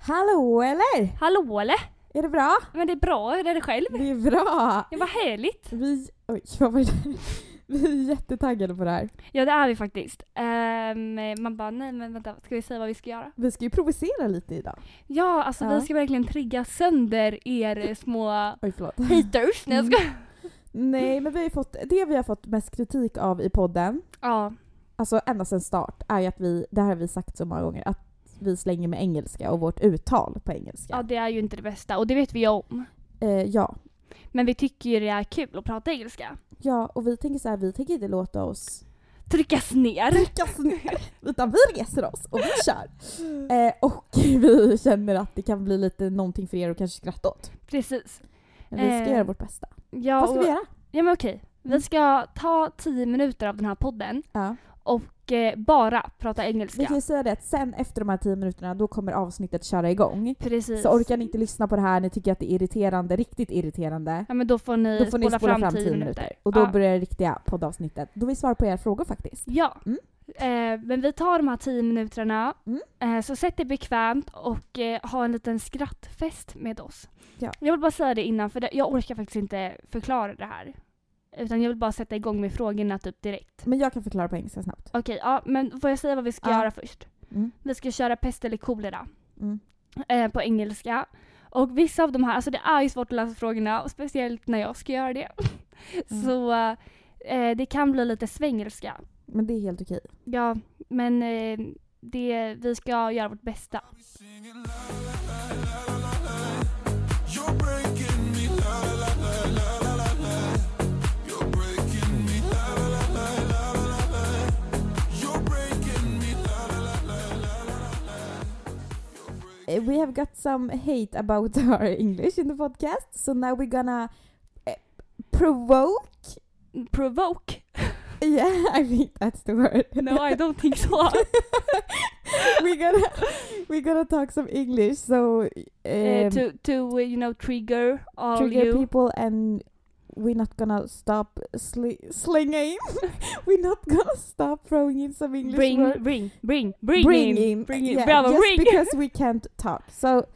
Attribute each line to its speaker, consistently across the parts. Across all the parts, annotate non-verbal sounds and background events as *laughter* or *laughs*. Speaker 1: Hallå eller?
Speaker 2: Hallå eller?
Speaker 1: Är det bra?
Speaker 2: Men det är bra, hur är det själv?
Speaker 1: Det är bra!
Speaker 2: Det var härligt.
Speaker 1: Vi... Oj, vad var det? Vi är jättetaggade på det här.
Speaker 2: Ja det är vi faktiskt. Ehm, man bara nej men vänta, ska vi säga vad vi ska göra?
Speaker 1: Vi ska ju provocera lite idag.
Speaker 2: Ja alltså
Speaker 1: Ja. Mm.
Speaker 2: vi ska verkligen trigga sönder er små
Speaker 1: Oj, förlåt. Mm.
Speaker 2: haters. Nej jag skojar.
Speaker 1: Nej, men vi har ju fått, det vi har fått mest kritik av i podden,
Speaker 2: Ja.
Speaker 1: alltså ända sedan start, är ju att vi, det här har vi sagt så många gånger, att vi slänger med engelska och vårt uttal på engelska.
Speaker 2: ja det är ju inte det bästa och det vet vi om.
Speaker 1: Eh, ja.
Speaker 2: Men vi tycker ju det är kul att prata engelska.
Speaker 1: ja, och vi tänker så här, vi tänker inte låta oss
Speaker 2: Tryckas ner.
Speaker 1: tryckas ner. Utan vi reser oss och vi kör. Eh, och *laughs* vi känner att det kan bli lite någonting för er att kanske skratta åt.
Speaker 2: Precis.
Speaker 1: Men vi ska
Speaker 2: Eh,
Speaker 1: göra vårt bästa.
Speaker 2: Ja,
Speaker 1: Vad ska vi
Speaker 2: och,
Speaker 1: göra?
Speaker 2: ja men okej.
Speaker 1: Mm.
Speaker 2: Vi ska ta 10 minuter av den här podden
Speaker 1: Ja.
Speaker 2: och eh, bara prata engelska.
Speaker 1: Vi kan ju säga det att sen efter de här tio minuterna då kommer avsnittet köra igång.
Speaker 2: Precis.
Speaker 1: Så orkar ni inte lyssna på det här, ni tycker att det är irriterande, riktigt irriterande.
Speaker 2: Ja men då får ni,
Speaker 1: Då får ni spola fram
Speaker 2: tio
Speaker 1: 10 minuter. Och då
Speaker 2: ja.
Speaker 1: börjar det riktiga poddavsnittet. Då vi svarar på era frågor faktiskt.
Speaker 2: ja.
Speaker 1: Mm.
Speaker 2: Eh, men vi tar de här tio minuterna,
Speaker 1: Mm.
Speaker 2: eh, så sätt er bekvämt och eh, ha en liten skrattfest med oss.
Speaker 1: Ja.
Speaker 2: Jag vill bara säga det innan, för det, jag orkar faktiskt inte förklara det här. Utan jag vill bara sätta igång med frågorna typ direkt.
Speaker 1: Men jag kan förklara på engelska snabbt.
Speaker 2: Okej, ja men får jag säga vad vi ska
Speaker 1: Mm. Ja.
Speaker 2: göra först?
Speaker 1: Mm.
Speaker 2: Vi ska köra pest eller kolera
Speaker 1: Mm.
Speaker 2: eh, på engelska. Och vissa av de här, alltså det är ju svårt att läsa frågorna, och speciellt när jag ska göra det. *laughs*
Speaker 1: Mm.
Speaker 2: Så eh, det kan bli lite svengelska.
Speaker 1: Men det är helt okej.
Speaker 2: Ja, men eh, det, vi ska göra vårt bästa.
Speaker 1: Eh, we have got some hate about *laughs* our English in the podcast, so now we're gonna eh, provoke. *laughs*
Speaker 2: Provoke?
Speaker 1: Yeah, *laughs* I think that's the word.
Speaker 2: *laughs* No, I don't
Speaker 1: *laughs*
Speaker 2: think so.
Speaker 1: we're gonna we're gonna talk some English, so um,
Speaker 2: Eh, to, to, eh, you know, trigger all
Speaker 1: trigger
Speaker 2: you.
Speaker 1: people, and we're not gonna stop sli- slinging. *laughs* we're not gonna stop throwing in some English
Speaker 2: Bring,
Speaker 1: words.
Speaker 2: bring, bring, bring, in. Bring in.
Speaker 1: yeah,
Speaker 2: Bravo,
Speaker 1: just
Speaker 2: *laughs* bring.
Speaker 1: because we can't talk. So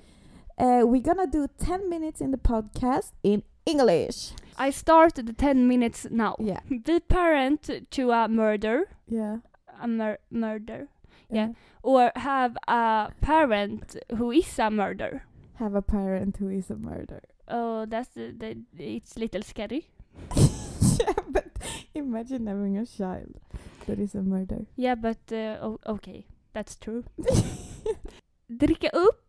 Speaker 1: uh, we're gonna do ten minutes in the podcast in English.
Speaker 2: I start the 10 minutes now.
Speaker 1: Yeah.
Speaker 2: Be parent to a murder.
Speaker 1: Yeah.
Speaker 2: A mur- murder. Yeah. Or have a parent who is a murder.
Speaker 1: Have a parent who is a murderer. *laughs*
Speaker 2: Oh, that's, the, the, it's little scary.
Speaker 1: yeah, but imagine having a child that is a
Speaker 2: *laughs*
Speaker 1: murderer.
Speaker 2: Yeah, but uh, o- okay, that's true. Dricka upp?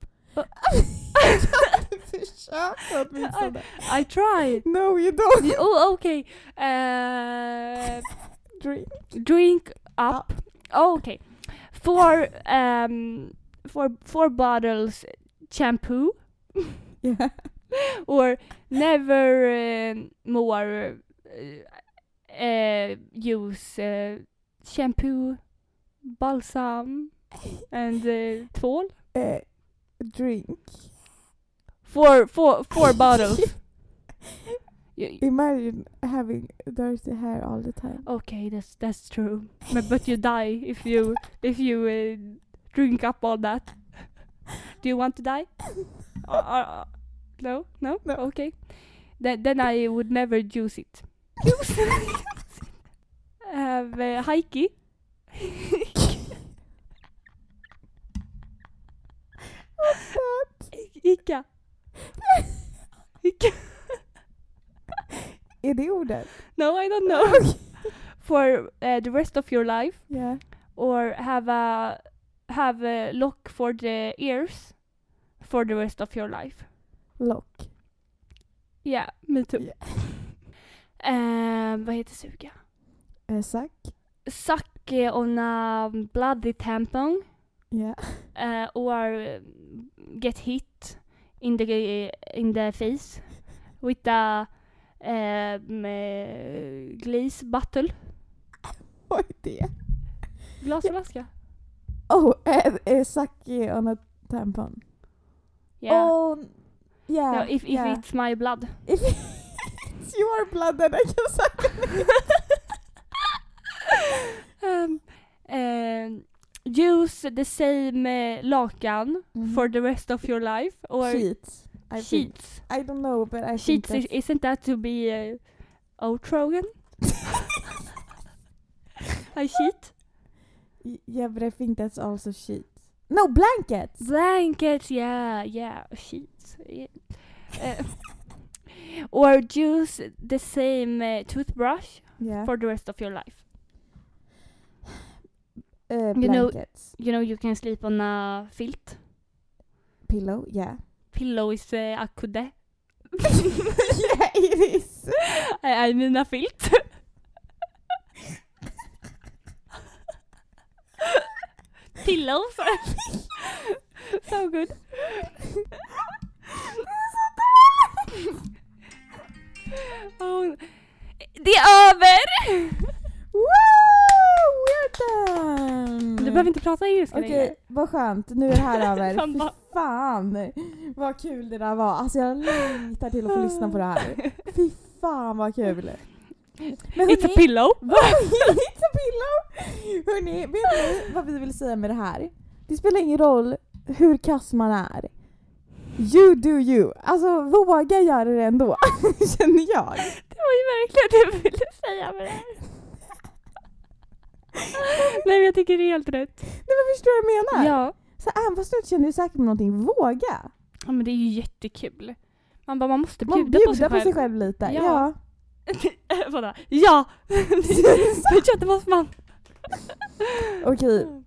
Speaker 1: Försök åtminstone. *laughs*
Speaker 2: I try!
Speaker 1: No you don't.
Speaker 2: oh, okay. Uh,
Speaker 1: *laughs* Drink.
Speaker 2: drink up. Oh, okay. Four, um, four, four bottles shampoo
Speaker 1: Yeah.
Speaker 2: *laughs* or never um, more uh, uh, use uh, shampoo, balsam and uh, tvål.
Speaker 1: Eh, drink.
Speaker 2: Four, four, four bottles. You-
Speaker 1: Imagine having dirty hair all the time. *laughs*
Speaker 2: Okay, that's that's true. But, but you die if you if you uh, drink up all that. Do you want to die? Uh, uh, no, no,
Speaker 1: No.
Speaker 2: Okay, then then I would never use it. Have uh, hikey.
Speaker 1: What's that?
Speaker 2: I- Ica. Ica.
Speaker 1: Är det ordet?
Speaker 2: No, I don't know. *laughs* For uh, the rest of your life,
Speaker 1: Yeah.
Speaker 2: or have a have a lock for the ears for the rest of your life.
Speaker 1: Lock.
Speaker 2: Ja, me too. *laughs* Eh, vad heter suga?
Speaker 1: Eh, sack.
Speaker 2: Suck on a bloody tampon
Speaker 1: *laughs* Yeah.
Speaker 2: eh, or eh, get hit in the, in the face with a um, uh, glass bottle.
Speaker 1: Vad är det?
Speaker 2: Glasflaska?
Speaker 1: Oh, eh, eh, sack eh, on a tampon.
Speaker 2: Yeah.
Speaker 1: Oh, yeah.
Speaker 2: No, if if
Speaker 1: yeah.
Speaker 2: it's my blood.
Speaker 1: If *laughs* it's your blood then I can
Speaker 2: *laughs*
Speaker 1: suck on it.
Speaker 2: um, um, use the same uh, lakan
Speaker 1: Mhm.
Speaker 2: for the rest of your life or
Speaker 1: Sheets. I think.
Speaker 2: sheets.
Speaker 1: I don't know, but I think
Speaker 2: Sheets,
Speaker 1: that's...
Speaker 2: is, isn't that to be uh, *laughs* outrogen? A sheet?
Speaker 1: Y- Yeah, but I think that's also sheets. No, blankets!
Speaker 2: Blankets, yeah, yeah, sheets. Yeah. Uh, *laughs* or use the same uh, toothbrush
Speaker 1: Yeah.
Speaker 2: for the rest of your life.
Speaker 1: uh,
Speaker 2: you know-
Speaker 1: blankets.
Speaker 2: You know, you can sleep on a filt.
Speaker 1: Pillow,
Speaker 2: *laughs*
Speaker 1: yeah. *laughs*
Speaker 2: Pillow is uh, a kudde.
Speaker 1: yeah, it is!
Speaker 2: *laughs* I, I mean a *laughs* filt. Pillows. *laughs* so good. Oh, det är över!
Speaker 1: Woo! We're done!
Speaker 2: Du behöver inte prata engelska
Speaker 1: Okej,
Speaker 2: längre.
Speaker 1: vad skönt. Nu är det här
Speaker 2: *laughs*
Speaker 1: över.
Speaker 2: Fan,
Speaker 1: Fy
Speaker 2: vad-
Speaker 1: fan vad kul det där var. Alltså jag längtar till att få lyssna på det här. Fy fan vad kul. Men
Speaker 2: It's a
Speaker 1: hörni-
Speaker 2: *laughs* pillow.
Speaker 1: *laughs* Vad? It's a pillow! Hörni, vet ni vad vi vill säga med det här? Det spelar ingen roll hur kass man är. You do you. Alltså våga göra det ändå, *laughs* känner jag.
Speaker 2: Det var ju verkligen det jag ville säga med det här. Nej men jag tycker det är helt rätt.
Speaker 1: Nej men förstår du vad jag menar?
Speaker 2: Ja.
Speaker 1: Så även fast du inte känner dig säker på någonting, våga!
Speaker 2: ja, men det är ju jättekul. Man bara, man måste bjuda,
Speaker 1: Man bjuda
Speaker 2: på sig själv.
Speaker 1: lite.
Speaker 2: Ja.
Speaker 1: Ja.
Speaker 2: *laughs* Vadå? Ja! Men ja, det måste man.
Speaker 1: Okej.
Speaker 2: Mm.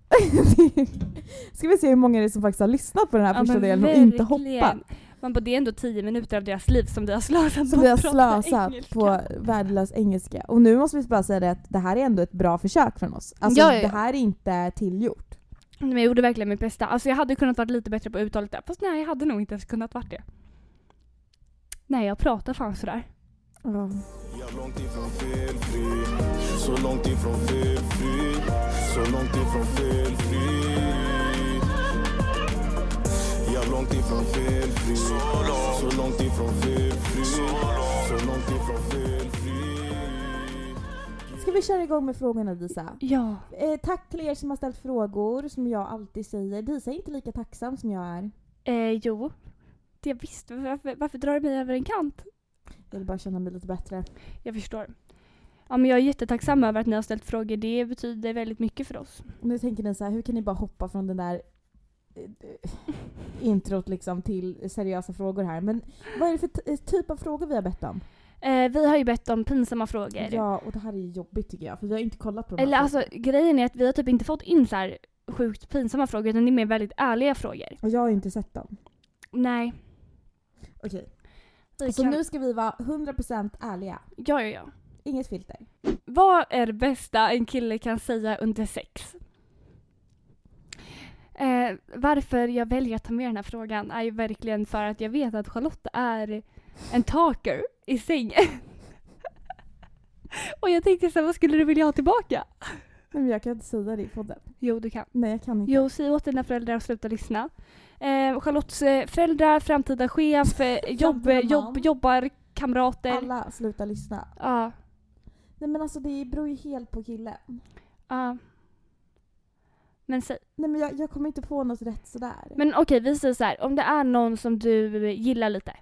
Speaker 1: *laughs* Ska vi se hur många det är som faktiskt har lyssnat på den här
Speaker 2: Ja,
Speaker 1: första
Speaker 2: men
Speaker 1: delen och inte
Speaker 2: verkligen.
Speaker 1: hoppat.
Speaker 2: Man bara, det är ändå tio minuter av deras liv som vi har slösat
Speaker 1: Som
Speaker 2: på
Speaker 1: vi har
Speaker 2: att prata
Speaker 1: slösat
Speaker 2: engelska.
Speaker 1: på värdelös engelska. Och nu måste vi bara säga det att det här är ändå ett bra försök från oss. Alltså
Speaker 2: Ja, ja, ja.
Speaker 1: det här är inte tillgjort.
Speaker 2: Men jag gjorde verkligen mitt bästa. Alltså jag hade kunnat vara lite bättre på uttalet där. Fast nej, jag hade nog inte ens kunnat vara det. Nej, jag pratar fan sådär.
Speaker 3: Jag är långt ifrån felfri, så långt ifrån felfri, så långt ifrån felfri. Jag är långt ifrån felfri, så långt, så långt ifrån felfri, så långt, så långt ifrån felfri.
Speaker 1: Ska vi köra igång med frågorna Disa?
Speaker 2: Ja.
Speaker 1: Eh, tack till er som har ställt frågor som jag alltid säger. Disa är inte lika tacksam som jag är.
Speaker 2: Eh, jo. Det visst. Varför, varför drar du mig över en kant?
Speaker 1: Jag vill bara känna mig lite bättre.
Speaker 2: Jag förstår. Ja, men jag är jättetacksam över att ni har ställt frågor. Det betyder väldigt mycket för oss.
Speaker 1: Nu tänker ni så här, hur kan ni bara hoppa från den där eh, eh, introt liksom till seriösa frågor här. Men vad är det för t- eh, typ av frågor vi har bett om?
Speaker 2: Eh, vi har ju bett om pinsamma frågor.
Speaker 1: Ja, och det här är ju jobbigt tycker jag för vi har inte kollat på de här
Speaker 2: Eller alltså grejen är att vi har typ inte fått in så här sjukt pinsamma frågor utan det är mer väldigt ärliga frågor.
Speaker 1: Och jag har ju inte sett dem.
Speaker 2: Nej.
Speaker 1: Okej.
Speaker 2: Vi
Speaker 1: Så
Speaker 2: kan...
Speaker 1: nu ska vi vara 100% ärliga.
Speaker 2: Alltså, Ja, ja, ja.
Speaker 1: Inget filter.
Speaker 2: Vad är det bästa en kille kan säga under sex? Eh, varför jag väljer att ta med den här frågan är ju verkligen för att jag vet att Charlotte är en talker i sängen. *laughs* Och jag tänkte så här, vad skulle du vilja ha tillbaka?
Speaker 1: Men jag kan inte säga det i podden.
Speaker 2: Jo, du kan.
Speaker 1: Nej, jag kan inte.
Speaker 2: Jo, säg åt dina föräldrar att sluta lyssna. Eh, Charlottes eh, föräldrar, *laughs* framtida chef, eh, jobb,
Speaker 1: Framtida
Speaker 2: jobb,
Speaker 1: man.
Speaker 2: jobbar, kamrater.
Speaker 1: Alla sluta lyssna.
Speaker 2: Ja,
Speaker 1: Nej men alltså det beror ju helt på killen.
Speaker 2: ja. Men, säg-
Speaker 1: Nej men jag, jag kommer inte på något rätt sådär.
Speaker 2: men okej, vi säger så här. Om det är någon som du gillar lite,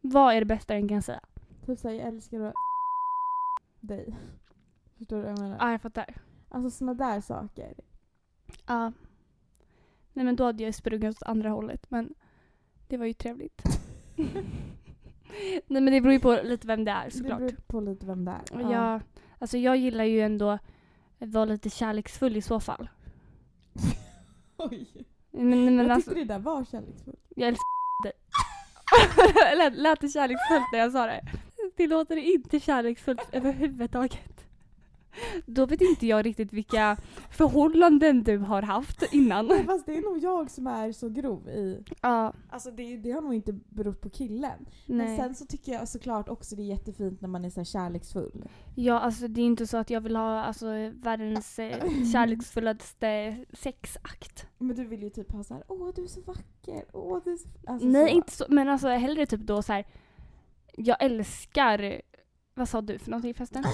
Speaker 2: vad är det bästa den kan säga?
Speaker 1: Typ såhär, jag älskar att *laughs* dig. Förstår du vad jag menar?
Speaker 2: Ja, jag fattar.
Speaker 1: Alltså såna där saker.
Speaker 2: Ja. Nej men då hade jag sprungit åt andra hållet, men det var ju *laughs* trevligt. Nej men det beror ju på lite vem det är såklart.
Speaker 1: Det beror på lite vem det är.
Speaker 2: Ja. Jag, alltså jag gillar ju ändå att vara lite kärleksfull i så fall.
Speaker 1: Oj.
Speaker 2: Men, men
Speaker 1: jag
Speaker 2: alltså,
Speaker 1: tyckte det där var kärleksfullt.
Speaker 2: jag älskar dig. lät, lät det *laughs* kärleksfullt när jag sa det? Det låter inte kärleksfullt överhuvudtaget. Då vet inte jag riktigt vilka förhållanden du har haft innan.
Speaker 1: Fast det är nog jag som är så grov i...
Speaker 2: Ja,
Speaker 1: Alltså det, det har nog inte berott på killen. Men
Speaker 2: nej.
Speaker 1: sen så tycker jag såklart också det är jättefint när man är så här kärleksfull.
Speaker 2: Ja, alltså det är inte så att jag vill ha alltså, världens eh, kärleksfullaste sexakt.
Speaker 1: Men du vill ju typ ha så här: åh du är så vacker, åh du är så... Alltså,
Speaker 2: nej,
Speaker 1: så.
Speaker 2: inte så. Men alltså hellre typ då så här. Jag älskar... Vad sa du för någonting förresten?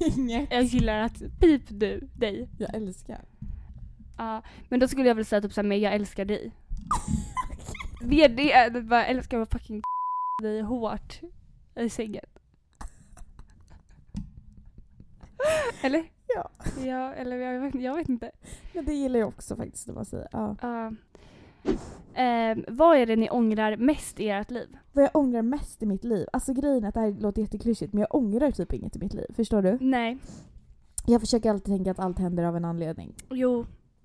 Speaker 1: *laughs* Inget.
Speaker 2: Jag gillar att... Pip du, dig.
Speaker 1: Jag älskar.
Speaker 2: Ja, Ja, men då skulle jag väl säga typ såhär, men jag älskar dig. *laughs* VD är bara, älskar jag fucking *laughs* dig hårt i sängen. *laughs* Eller?
Speaker 1: Ja.
Speaker 2: Ja, eller jag vet, jag vet inte.
Speaker 1: Men det gillar jag också faktiskt när man säger. Ja.
Speaker 2: Ja. Ehm, vad är det ni ångrar mest i ert liv?
Speaker 1: Vad jag ångrar mest i mitt liv, alltså grejen är att det här låter jätteklyschigt men jag ångrar typ inget i mitt liv. Förstår du?
Speaker 2: Nej.
Speaker 1: Jag försöker alltid tänka att allt händer av en anledning.
Speaker 2: Jo,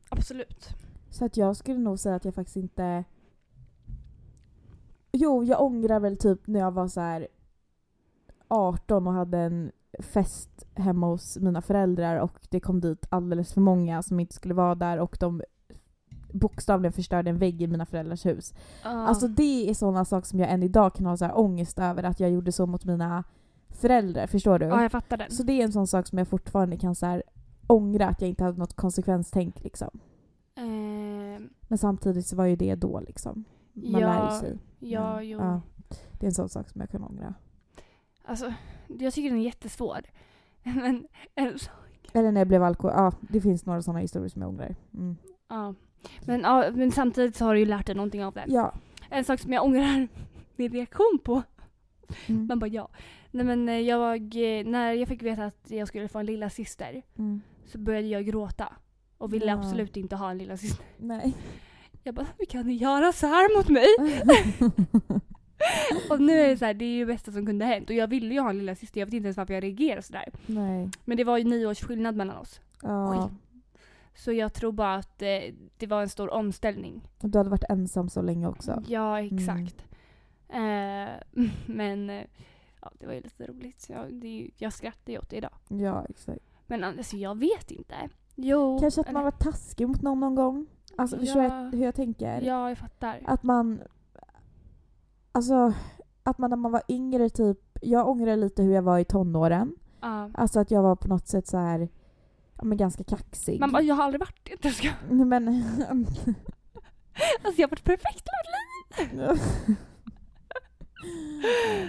Speaker 2: absolut.
Speaker 1: Så att jag skulle nog säga att jag faktiskt inte... Jo, jag ångrar väl typ när jag var så här 18 och hade en fest hemma hos mina föräldrar och det kom dit alldeles för många som inte skulle vara där och de bokstavligen förstörde en vägg i mina föräldrars hus. Alltså det är sådana saker som jag än idag kan ha så här ångest över att jag gjorde så mot mina föräldrar, förstår du?
Speaker 2: ja, jag fattar den.
Speaker 1: Så det är en sån sak som jag fortfarande kan så här ångra att jag inte hade något konsekvenstänk liksom.
Speaker 2: Ehm,
Speaker 1: Men samtidigt så var ju det då liksom. Man
Speaker 2: Ja,
Speaker 1: lär ju sig.
Speaker 2: ja,
Speaker 1: Men,
Speaker 2: jo.
Speaker 1: ja. Det är en sån sak som jag kan ångra.
Speaker 2: Alltså, jag tycker den är jättesvår. *laughs* Men eh, en sak.
Speaker 1: Eller när jag blev alkohol. Ja, det finns några såna historier som jag ångrar. Mm.
Speaker 2: Ja. Men, ja, men samtidigt så har du ju lärt dig någonting av den.
Speaker 1: Ja.
Speaker 2: En sak som jag ångrar *laughs* min reaktion på.
Speaker 1: Mm.
Speaker 2: Man bara ja. Nej men eh, jag, var- eh, när jag fick veta att jag skulle få en lilla syster
Speaker 1: Mm.
Speaker 2: så började jag gråta. Och ville
Speaker 1: Ja.
Speaker 2: absolut inte ha en lilla syster.
Speaker 1: Nej.
Speaker 2: Jag bara, hur kan ni göra så här mot
Speaker 1: *laughs*
Speaker 2: mig? Och nu är det så här, det är ju det bästa som kunde ha hänt. Och jag ville ju ha en lilla syster, jag vet inte ens varför jag reagerade sådär.
Speaker 1: Nej.
Speaker 2: Men det var ju nio års skillnad mellan oss.
Speaker 1: Ja.
Speaker 2: Så jag tror bara att eh, det var en stor omställning.
Speaker 1: Och Du hade varit ensam så länge också. Mm.
Speaker 2: Ja, exakt. Eh, *laughs* men eh, ja, det var ju lite roligt. Så jag, det, är ju- jag skrattar ju åt det idag.
Speaker 1: Ja, exakt.
Speaker 2: Men alltså jag vet inte. Jo.
Speaker 1: Kanske att
Speaker 2: eller-
Speaker 1: man var taskig mot någon någon gång. Alltså förstår
Speaker 2: Ja.
Speaker 1: jag hur jag tänker?
Speaker 2: Ja, jag fattar.
Speaker 1: Att man... Alltså, att man när man var yngre typ... Jag ångrar lite hur jag var i tonåren.
Speaker 2: Ja.
Speaker 1: Alltså att jag var på något sätt så här... Ja, men ganska kaxig.
Speaker 2: Man bara, jag har aldrig varit *laughs* det. Jag ska-
Speaker 1: Nej, men...
Speaker 2: Alltså jag har varit perfekt.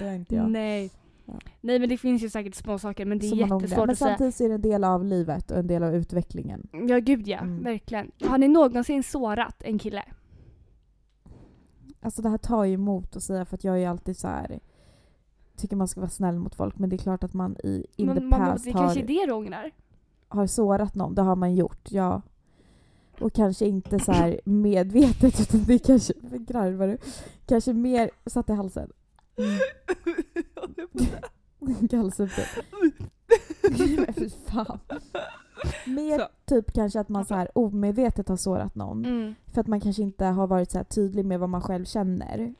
Speaker 1: det har inte jag.
Speaker 2: Nej.
Speaker 1: Ja.
Speaker 2: Nej men det finns ju säkert små saker men det är
Speaker 1: Som man ångrar.
Speaker 2: jättesvårt
Speaker 1: Men
Speaker 2: att säga.
Speaker 1: samtidigt så är det en del av livet och en del av utvecklingen.
Speaker 2: Ja gud ja,
Speaker 1: Mm.
Speaker 2: verkligen. Har ni någonsin sårat en kille?
Speaker 1: Alltså det här tar ju emot att säga för att jag är ju alltid så här... Tycker man ska vara snäll mot folk men det är klart att man i in the
Speaker 2: Men, man,
Speaker 1: past
Speaker 2: det
Speaker 1: har...
Speaker 2: kanske är det du ångrar?
Speaker 1: har sårat någon, det har man gjort, ja. Och kanske inte så här medvetet *laughs* utan det kanske, vad garvar du? Kanske mer satt i halsen.
Speaker 2: Mm.
Speaker 1: *laughs*
Speaker 2: *laughs*
Speaker 1: Gallsupet. Men typ. fy fan. Mer
Speaker 2: Så.
Speaker 1: typ kanske att man så här omedvetet har sårat någon.
Speaker 2: Mm.
Speaker 1: För att man kanske inte har varit så här tydlig med vad man själv känner.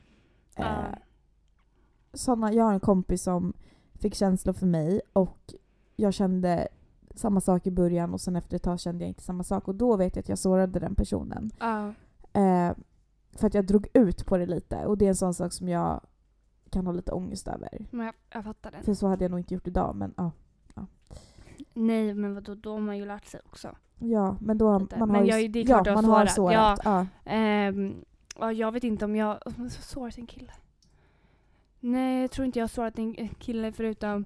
Speaker 2: Ja.
Speaker 1: Eh, såna, jag har en kompis som fick känslor för mig och jag kände samma sak i början och sen efter ett tag kände jag inte samma sak och då vet jag att jag sårade den personen.
Speaker 2: Ja.
Speaker 1: Eh, för att jag drog ut på det lite och det är en sån sak som jag kan ha lite ångest över.
Speaker 2: Men jag, jag fattar den.
Speaker 1: För så hade jag nog inte gjort idag men ja.
Speaker 2: Nej men vadå, då har man ju lärt sig också.
Speaker 1: Ja men då har
Speaker 2: Lite.
Speaker 1: man
Speaker 2: Men
Speaker 1: har
Speaker 2: jag är-
Speaker 1: ju
Speaker 2: det är
Speaker 1: ja,
Speaker 2: klart jag har
Speaker 1: man har
Speaker 2: sårat.
Speaker 1: sårat. Ja.
Speaker 2: Ehm, ja, jag vet inte om jag om jag har sårat en kille. Nej, jag tror inte jag har sårat en en kille förutom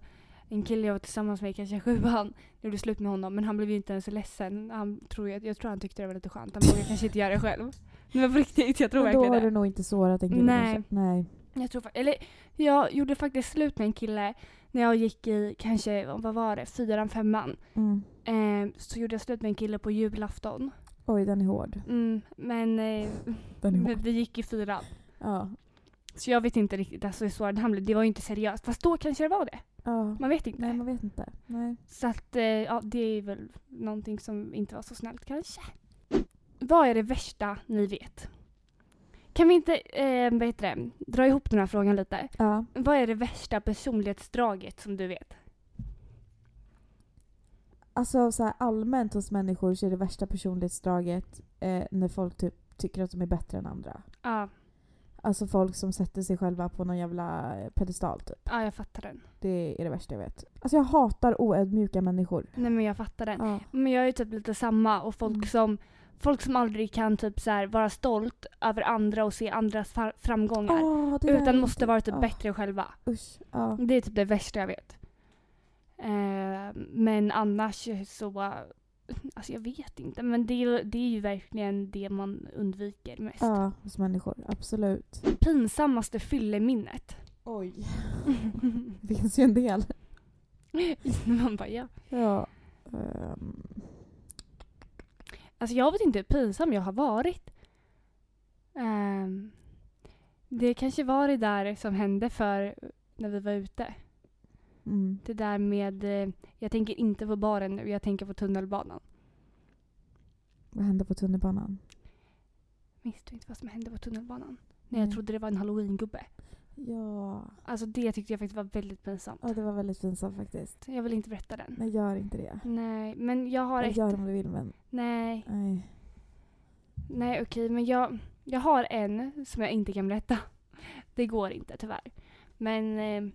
Speaker 2: en kille jag var tillsammans med i kanske sjuan. Jag gjorde slut med honom men han blev ju inte ens ledsen. Han tror ju, jag tror han tyckte det var lite skönt. Han vågade kanske inte göra det själv. Nej, Men på riktigt, jag tror
Speaker 1: Men då
Speaker 2: verkligen
Speaker 1: har du
Speaker 2: det.
Speaker 1: nog inte sårat en kille
Speaker 2: Nej.
Speaker 1: kanske. Nej.
Speaker 2: Jag tror, fa- eller jag gjorde faktiskt slut med en kille när jag gick i kanske, vad var det, fyran, femman.
Speaker 1: Mm.
Speaker 2: Ehm, så gjorde jag slut med en kille på julafton.
Speaker 1: Oj den är hård.
Speaker 2: Mm, men eh,
Speaker 1: Den är hård.
Speaker 2: vi- vi gick i fyran.
Speaker 1: Ja.
Speaker 2: Så jag vet inte riktigt, alltså så han blev, det var ju inte seriöst. Fast då kanske det var det.
Speaker 1: ja.
Speaker 2: Man vet inte.
Speaker 1: Nej man vet inte. Nej.
Speaker 2: Så att, eh, ja det är väl någonting som inte var så snällt kanske. Vad är det värsta ni vet? Kan vi inte, eh, vad heter det, dra ihop den här frågan lite.
Speaker 1: Ja.
Speaker 2: Vad är det värsta personlighetsdraget som du vet?
Speaker 1: Alltså så här, allmänt hos människor så är det värsta personlighetsdraget eh, när folk typ tycker att de är bättre än andra.
Speaker 2: Ja,
Speaker 1: Alltså folk som sätter sig själva på någon jävla eh, pedestal typ.
Speaker 2: ja jag fattar den.
Speaker 1: Det är det värsta jag vet. Alltså jag hatar oödmjuka människor.
Speaker 2: Nej men jag fattar den.
Speaker 1: Ja.
Speaker 2: Men jag är typ lite samma och folk
Speaker 1: Mm.
Speaker 2: som Folk som aldrig kan typ så här vara stolt över andra och se andras fa- framgångar.
Speaker 1: Åh, det där
Speaker 2: utan
Speaker 1: är
Speaker 2: måste
Speaker 1: inte-
Speaker 2: vara typ
Speaker 1: åh,
Speaker 2: bättre Mm. själva.
Speaker 1: Usch. Ja.
Speaker 2: Det är typ det värsta jag vet. Eh, men annars så eh, Alltså jag vet inte men det, är- det är ju verkligen det man undviker mest.
Speaker 1: Ja, hos människor. Absolut.
Speaker 2: Pinsammaste fylleminnet. *laughs*
Speaker 1: Oj. *laughs* Det finns ju en del.
Speaker 2: man bara ja.
Speaker 1: Ja. ehm,
Speaker 2: Alltså jag vet inte hur pinsam jag har varit. Ehm, det kanske var det där som hände för när vi var ute.
Speaker 1: mm.
Speaker 2: Det där med, eh, jag tänker inte på baren nu, jag tänker på tunnelbanan.
Speaker 1: Vad hände på tunnelbanan?
Speaker 2: Minns du inte vad som hände på tunnelbanan? När jag
Speaker 1: Nej.
Speaker 2: trodde det var en halloween-gubbe.
Speaker 1: Ja.
Speaker 2: Alltså det tyckte jag faktiskt var väldigt pinsamt.
Speaker 1: ja, det var väldigt pinsamt faktiskt.
Speaker 2: Jag vill inte berätta den.
Speaker 1: Nej, gör inte det.
Speaker 2: Nej, men jag har
Speaker 1: Jag
Speaker 2: ett.
Speaker 1: gör om du vill men
Speaker 2: Nej,
Speaker 1: nej.
Speaker 2: nej okej, men jag, jag har en som jag inte kan berätta. Det går inte tyvärr. Men eh,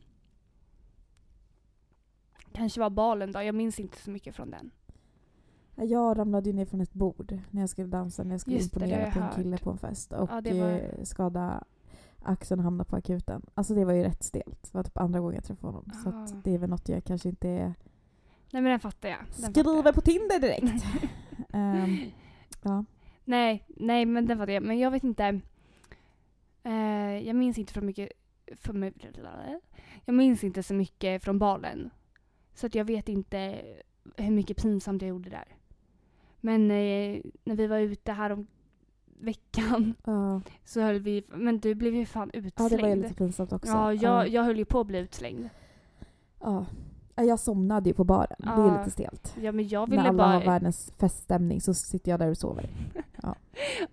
Speaker 2: kanske var balen då, jag minns inte så mycket från den.
Speaker 1: Jag ramlade ju ner från ett bord när jag skulle dansa, när jag skulle
Speaker 2: Just det, det
Speaker 1: imponera
Speaker 2: har jag
Speaker 1: på en
Speaker 2: hört.
Speaker 1: kille på en fest och
Speaker 2: Ja, det var-
Speaker 1: eh, skada axeln och hamna på akuten. Alltså det var ju rätt stelt. Det var typ andra gången jag träffade honom. Så
Speaker 2: Ah.
Speaker 1: att det är väl något jag kanske inte är-
Speaker 2: Nej men den fattar jag. Den fattar
Speaker 1: skriver
Speaker 2: jag.
Speaker 1: på Tinder
Speaker 2: *laughs*
Speaker 1: direkt. Ehm, ja.
Speaker 2: Nej, nej men den fattar jag. Men jag vet inte. Eh, jag minns inte för mycket. För mig, jag minns inte så mycket från balen. Så att jag vet inte hur mycket pinsamt jag gjorde där. Men eh, när vi var ute här om veckan *laughs*
Speaker 1: Ja.
Speaker 2: så höll vi... Men du blev ju fan
Speaker 1: ja,
Speaker 2: utslängd.
Speaker 1: det var ju lite pinsamt också.
Speaker 2: ja,
Speaker 1: Ja.
Speaker 2: jag, jag höll ju på att bli utslängd.
Speaker 1: Ja. Ja, Jag somnade ju på baren. Det är
Speaker 2: Ja.
Speaker 1: lite stelt.
Speaker 2: Ja, men Ah. jag
Speaker 1: När
Speaker 2: ville
Speaker 1: alla har
Speaker 2: bara...
Speaker 1: världens feststämning så sitter jag där och sover.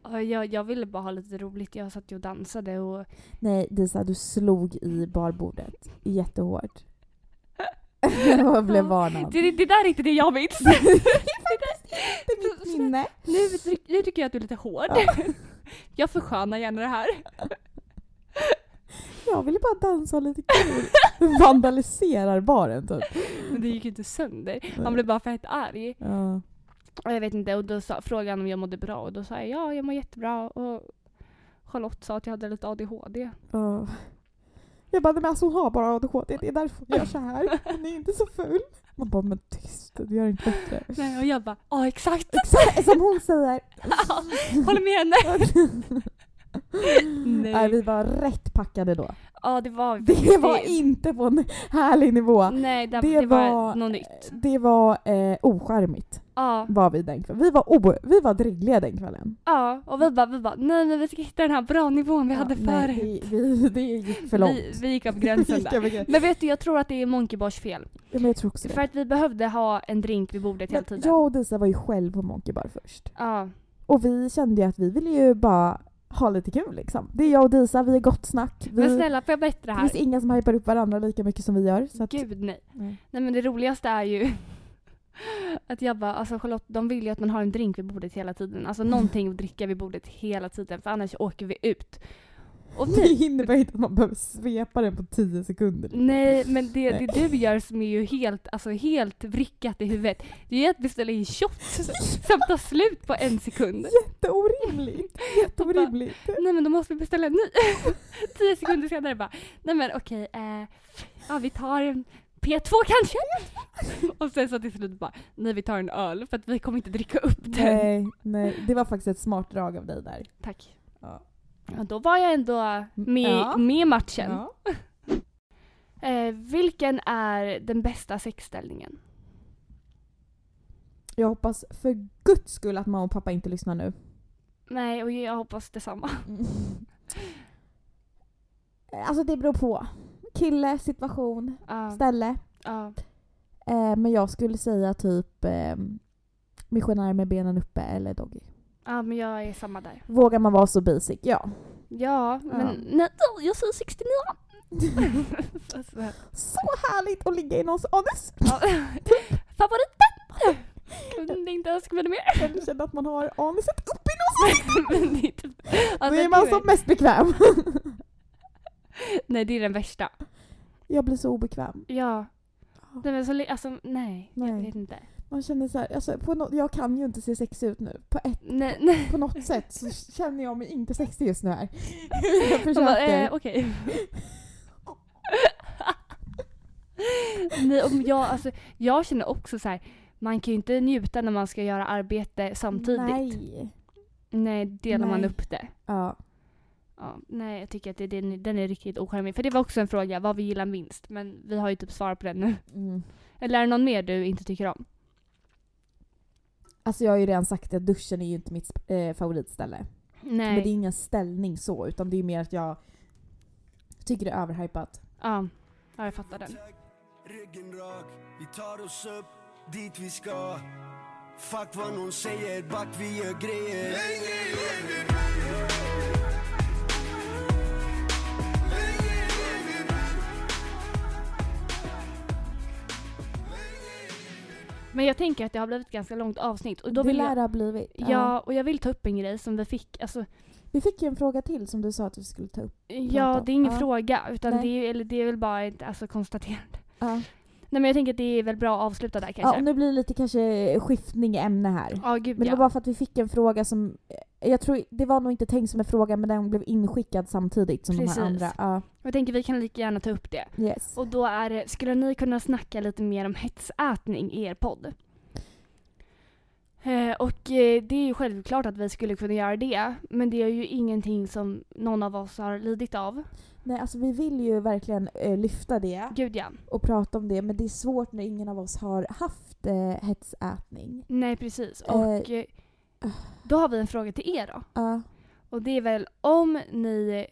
Speaker 2: Ja, jag, jag ville bara ha lite roligt. Jag satt ju och dansade och...
Speaker 1: Nej, Disa, du slog i barbordet jättehårt. *laughs* Jag blev
Speaker 2: Ja,
Speaker 1: varnad.
Speaker 2: Det,
Speaker 1: *laughs*
Speaker 2: det där är inte det jag minns.
Speaker 1: Det är mitt minne.
Speaker 2: Nu, tyck- nu tycker jag att du är lite hård. *laughs* Jag förskönar gärna det här.
Speaker 1: Jag ville bara dansa och ha lite kul. Vandaliserar baren typ.
Speaker 2: Men det gick ju inte sönder. Han blev bara fett arg.
Speaker 1: Ja.
Speaker 2: Och jag vet inte, och då sa, frågade han om jag mådde bra och då sa jag ja, jag mår jättebra. Och Charlotte sa att jag hade lite ADHD.
Speaker 1: ja. Jag bara, nej men alltså hon har bara ADHD, det är därför hon gör så här. Hon är inte så full. Man bara, men tyst, det gör inte bättre.
Speaker 2: Nej, och jag bara
Speaker 1: *laughs*
Speaker 2: ja exakt, *laughs*
Speaker 1: Exakt som hon säger.
Speaker 2: håller med henne.
Speaker 1: *laughs* Nej,
Speaker 2: Nej.
Speaker 1: vi var rätt packade då.
Speaker 2: Ja det var
Speaker 1: Det var inte på en härlig nivå.
Speaker 2: Nej det,
Speaker 1: det
Speaker 2: det, var,
Speaker 1: var-
Speaker 2: något nytt.
Speaker 1: Det var eh, ocharmigt
Speaker 2: Ja,
Speaker 1: var vi den kvällen. Vi var, o- vi var drägliga den kvällen.
Speaker 2: ja och vi bara, vi bara nej men vi ska hitta den här bra nivån vi
Speaker 1: Ja,
Speaker 2: hade
Speaker 1: nej,
Speaker 2: förut.
Speaker 1: vi, vi, *laughs* det gick för långt.
Speaker 2: Vi, vi gick över
Speaker 1: Det
Speaker 2: gränsen
Speaker 1: *laughs* gick
Speaker 2: där.
Speaker 1: över gränsen.
Speaker 2: Men vet du jag tror att det är Monkey Bars fel.
Speaker 1: Ja, men jag tror också
Speaker 2: För
Speaker 1: det.
Speaker 2: att vi behövde ha en drink vid bordet hela
Speaker 1: Men
Speaker 2: tiden.
Speaker 1: jag och Disa var ju själv på Monkey Bar först.
Speaker 2: Ja.
Speaker 1: Och vi kände ju att vi ville ju bara ha lite kul liksom. Det är jag och Disa, vi är gott snack. Vi,
Speaker 2: Men snälla, får jag berätta det
Speaker 1: det
Speaker 2: här?
Speaker 1: finns inga som hypar upp varandra lika mycket som vi gör. Så att,
Speaker 2: Gud nej.
Speaker 1: Nej.
Speaker 2: Nej men det roligaste är ju *laughs* att jag bara, alltså Charlotte, de vill ju att man har en drink vid bordet hela tiden. Alltså någonting att dricka vid bordet hela tiden för annars åker vi ut.
Speaker 1: *laughs*
Speaker 2: Och
Speaker 1: Det
Speaker 2: *laughs* nej,
Speaker 1: innebär inte att man behöver svepa den på 10 sekunder.
Speaker 2: nej men det, det du gör som är ju helt, alltså helt vrickat i huvudet, det är ju att beställa in shots som tar slut på en sekund.
Speaker 1: *laughs* Jätteorimligt! Jätteorimligt.
Speaker 2: Nej men då måste vi beställa en ny. *laughs* Tio sekunder senare bara, nej men okej, eh, ja vi tar en P2 kanske? *laughs* och sen så till slut bara, nej vi tar en öl för att vi kommer inte dricka upp den.
Speaker 1: Nej, nej, det var faktiskt ett smart drag av dig där.
Speaker 2: Tack.
Speaker 1: Ja.
Speaker 2: Ja, då var jag ändå med,
Speaker 1: Ja.
Speaker 2: med i matchen. Eh, vilken är den bästa sexställningen?
Speaker 1: Jag hoppas för guds skull att mamma och pappa inte lyssnar nu.
Speaker 2: Nej, och jag hoppas detsamma.
Speaker 1: Mm. Alltså det beror på. Kille, situation,
Speaker 2: Ja,
Speaker 1: ställe.
Speaker 2: ja.
Speaker 1: Eh, men jag skulle säga typ eh, missionär med benen uppe eller doggy.
Speaker 2: ja, men jag är samma där.
Speaker 1: Vågar man vara så basic? Ja. *laughs*
Speaker 2: Ja, men nej, jag säger 69. *laughs* alltså,
Speaker 1: Så härligt att ligga i någons anus! *laughs*
Speaker 2: Ja. Favoriten! Kunde inte önska mig
Speaker 1: *laughs*
Speaker 2: det mer.
Speaker 1: Eller känna att man har anuset upp i
Speaker 2: *laughs* Men det är typ-
Speaker 1: någons!
Speaker 2: alltså,
Speaker 1: Då är man
Speaker 2: det är-
Speaker 1: som mest bekväm. *laughs*
Speaker 2: Nej det är den värsta.
Speaker 1: jag blir så obekväm.
Speaker 2: Ja. Nej men så, li- alltså nej. Jag
Speaker 1: Nej.
Speaker 2: vet inte.
Speaker 1: Man känner så här, alltså, på nå- jag kan ju inte se sexig ut nu. På, ett,
Speaker 2: Nej, nej.
Speaker 1: på något sätt
Speaker 2: *laughs*
Speaker 1: så känner jag mig inte sexig just nu här. *laughs* jag
Speaker 2: Man bara, eh,
Speaker 1: försöker.
Speaker 2: Okej. nej om jag, alltså, jag känner också så här. Man kan ju inte njuta när man ska göra arbete samtidigt. Nej,
Speaker 1: Nej.
Speaker 2: delar man
Speaker 1: Nej.
Speaker 2: upp det.
Speaker 1: Ja.
Speaker 2: Ja, nej, jag tycker att det, den, den är riktigt ocharmig. För det var också en fråga, vad vi gillar minst. Men vi har ju typ svar på den nu.
Speaker 1: Mm.
Speaker 2: Eller är det någon mer du inte tycker om?
Speaker 1: Alltså jag har ju redan sagt att duschen är ju inte mitt sp- eh, favoritställe.
Speaker 2: Nej.
Speaker 1: Men det är ingen ställning så, utan det är mer att jag tycker det är överhypat.
Speaker 2: ja. ja, jag fattar den.
Speaker 4: Ryggen rak, vi tar oss upp dit vi ska Fuck vad någon säger, back vi gör grejer
Speaker 2: Men jag tänker att det har blivit ett ganska långt avsnitt. Och då
Speaker 1: det
Speaker 2: vill
Speaker 1: lär
Speaker 2: jag,
Speaker 1: det ha blivit.
Speaker 2: ja, och jag vill ta upp en grej som vi fick. Alltså,
Speaker 1: Vi fick ju en fråga till som du sa att vi skulle ta upp.
Speaker 2: ja,
Speaker 1: om.
Speaker 2: det är ingen
Speaker 1: Ja.
Speaker 2: fråga. Utan
Speaker 1: Nej.
Speaker 2: det är, eller det är väl bara ett alltså, konstaterande.
Speaker 1: Ja.
Speaker 2: Nej men jag tänker att det är väl bra att avsluta där kanske.
Speaker 1: Ja, och nu blir det lite kanske skiftning i ämne här.
Speaker 2: Ja, gud
Speaker 1: Men det
Speaker 2: ja.
Speaker 1: var bara för att vi fick en fråga som... eh, Jag tror, det var nog inte tänkt som en fråga men den blev inskickad samtidigt som de
Speaker 2: Precis.
Speaker 1: här andra. Ja,
Speaker 2: Jag tänker vi kan lika gärna ta upp det.
Speaker 1: yes.
Speaker 2: Och då är det, skulle ni kunna snacka lite mer om hetsätning i er podd? Eh, och eh, det är ju självklart att vi skulle kunna göra det, men det är ju ingenting som någon av oss har lidit av.
Speaker 1: Nej, alltså vi vill ju verkligen eh, lyfta det
Speaker 2: Gud ja.
Speaker 1: och prata om det men det är svårt när ingen av oss har haft eh, hetsätning.
Speaker 2: Nej precis.
Speaker 1: Eh,
Speaker 2: Och eh, då har vi en fråga till er då.
Speaker 1: Ja.
Speaker 2: Och det är väl om ni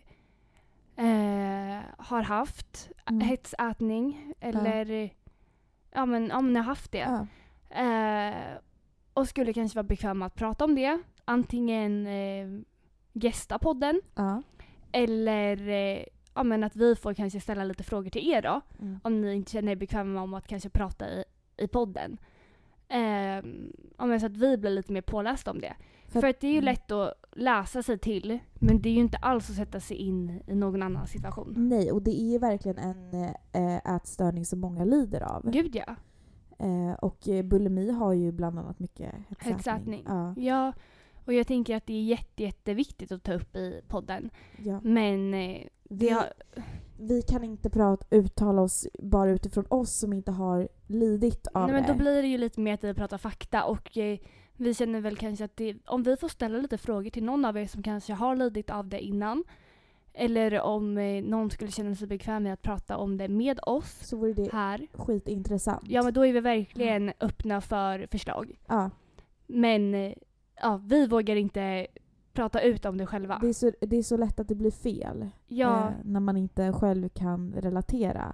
Speaker 2: eh, har haft
Speaker 1: Mm.
Speaker 2: Ah, hetsätning eller ja men om ni har haft det.
Speaker 1: ja.
Speaker 2: Eh, och skulle kanske vara bekväma att prata om det. Antingen eh, gästa podden
Speaker 1: ja.
Speaker 2: eller eh, ja, men att vi får kanske ställa lite frågor till er då.
Speaker 1: Mm.
Speaker 2: Om ni inte känner er bekväma om att kanske prata i, i podden. Eh, ja, men så att vi blir lite mer pålästa om det.
Speaker 1: För-
Speaker 2: För, att det är ju
Speaker 1: mm.
Speaker 2: lätt att läsa sig till men det är ju inte alls att sätta sig in i någon annans situation.
Speaker 1: Nej, och det är verkligen en eh, ätstörning som många lider av.
Speaker 2: Gud ja.
Speaker 1: Eh, och eh, bulimi har ju bland annat mycket hetsätning.
Speaker 2: Hetsätning.
Speaker 1: Ja.
Speaker 2: Ja, och jag tänker att det är jätte, jätteviktigt att ta upp i podden.
Speaker 1: ja.
Speaker 2: Men eh, det har,
Speaker 1: Vi kan inte prata, uttala oss bara utifrån oss som inte har lidit av
Speaker 2: Nej, men
Speaker 1: det.
Speaker 2: då blir det ju lite mer att vi pratar fakta och eh, vi känner väl kanske att det, om vi får ställa lite frågor till någon av er som kanske har lidit av det innan eller om eh, någon skulle känna sig bekväm med att prata om det med oss
Speaker 1: Så vore det
Speaker 2: här.
Speaker 1: skitintressant.
Speaker 2: Ja men då är vi verkligen öppna för förslag.
Speaker 1: Ja,
Speaker 2: Men eh, ja, vi vågar inte prata ut om det själva.
Speaker 1: det, är så, det är så lätt att det blir fel
Speaker 2: ja,
Speaker 1: eh, när man inte själv kan relatera.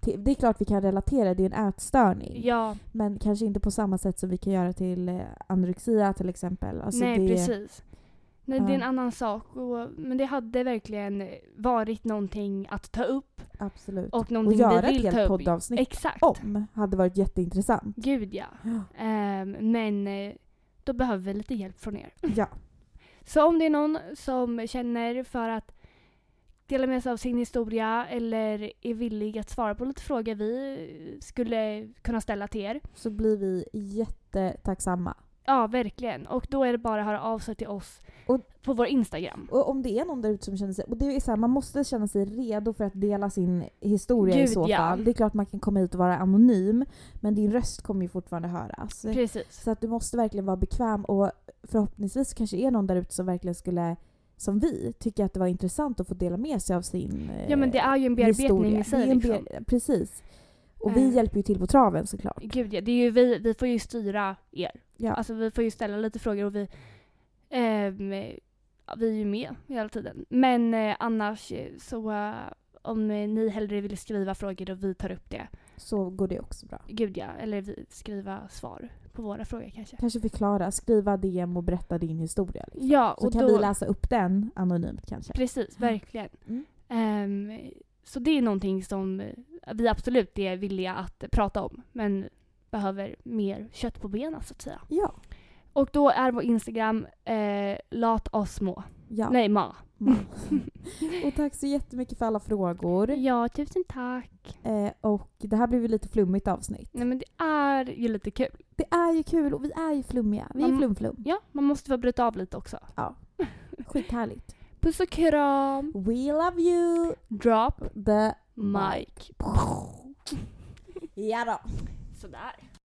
Speaker 1: till- Det är klart vi kan relatera, det är en ätstörning.
Speaker 2: ja
Speaker 1: Men kanske inte på samma sätt som vi kan göra till eh, anorexia till exempel. Alltså
Speaker 2: nej
Speaker 1: det,
Speaker 2: precis. Nej, det är
Speaker 1: Ja.
Speaker 2: en annan sak. Och, men det hade verkligen varit någonting att ta upp
Speaker 1: Absolut.
Speaker 2: och
Speaker 1: Och
Speaker 2: någonting
Speaker 1: göra
Speaker 2: vi vill
Speaker 1: ett
Speaker 2: ta
Speaker 1: helt
Speaker 2: upp.
Speaker 1: poddavsnitt
Speaker 2: Exakt.
Speaker 1: om hade varit
Speaker 2: *laughs*
Speaker 1: jätteintressant.
Speaker 2: Gud ja. Ehm, men eh, då behöver vi lite hjälp från er.
Speaker 1: Ja.
Speaker 2: Så om det är någon som känner för att dela med sig av sin historia eller är villig att svara på lite frågor vi skulle kunna ställa till er.
Speaker 1: så blir vi jättetacksamma.
Speaker 2: Ja, verkligen. Och då är det bara att höra av sig till oss
Speaker 1: Och-
Speaker 2: på vår Instagram.
Speaker 1: Och om det är någon där ute som känner sig... Och det är så här, man måste känna sig redo för att dela sin historia i
Speaker 2: Gud,
Speaker 1: så
Speaker 2: ja.
Speaker 1: fall. Det är klart man kan komma hit och vara anonym, men din röst kommer ju fortfarande höras.
Speaker 2: Precis.
Speaker 1: Så att du måste verkligen vara bekväm och förhoppningsvis kanske är någon där ute som verkligen skulle, som vi, tycka att det var intressant att få dela med sig av sin eh,
Speaker 2: Ja men det är ju en bearbetning
Speaker 1: historia.
Speaker 2: i
Speaker 1: Det
Speaker 2: sig
Speaker 1: är en
Speaker 2: liksom.
Speaker 1: bear- Precis. Och vi
Speaker 2: Eh.
Speaker 1: hjälper ju till på traven såklart.
Speaker 2: Gud ja, det är ju vi, vi får ju styra er.
Speaker 1: Ja.
Speaker 2: Alltså vi får ju ställa lite frågor och vi, ehm, ja, vi är ju med hela tiden. Men eh, annars eh, så eh, om eh, ni hellre vill skriva frågor och vi tar upp det.
Speaker 1: Så går det också bra.
Speaker 2: Gud ja, eller vi skriva svar på våra frågor kanske.
Speaker 1: Kanske förklara, skriva DM och berätta din historia. Liksom.
Speaker 2: Ja,
Speaker 1: Så
Speaker 2: och
Speaker 1: kan
Speaker 2: då,
Speaker 1: vi läsa upp den anonymt kanske.
Speaker 2: Precis, verkligen.
Speaker 1: Mm.
Speaker 2: Ehm, så det är någonting som eh, vi absolut är villiga att prata om. Men behöver mer kött på benen så att säga.
Speaker 1: Ja.
Speaker 2: Och då är vår Instagram eh, lat oss små.
Speaker 1: ja.
Speaker 2: Nej, ma. *laughs*
Speaker 1: Man. och tack så jättemycket för alla frågor.
Speaker 2: Ja, tusen tack.
Speaker 1: Eh, och det här blev ju lite flummigt avsnitt.
Speaker 2: Nej men det är ju lite kul.
Speaker 1: Det är ju kul och vi är ju flummiga. Vi är
Speaker 2: Mm.
Speaker 1: flum-flum.
Speaker 2: Ja, man måste få bryta av lite också.
Speaker 1: Skithärligt.
Speaker 2: Puss och kram.
Speaker 1: We love you!
Speaker 2: Drop
Speaker 1: The...
Speaker 2: mic.
Speaker 1: Ja då.
Speaker 2: Sådär.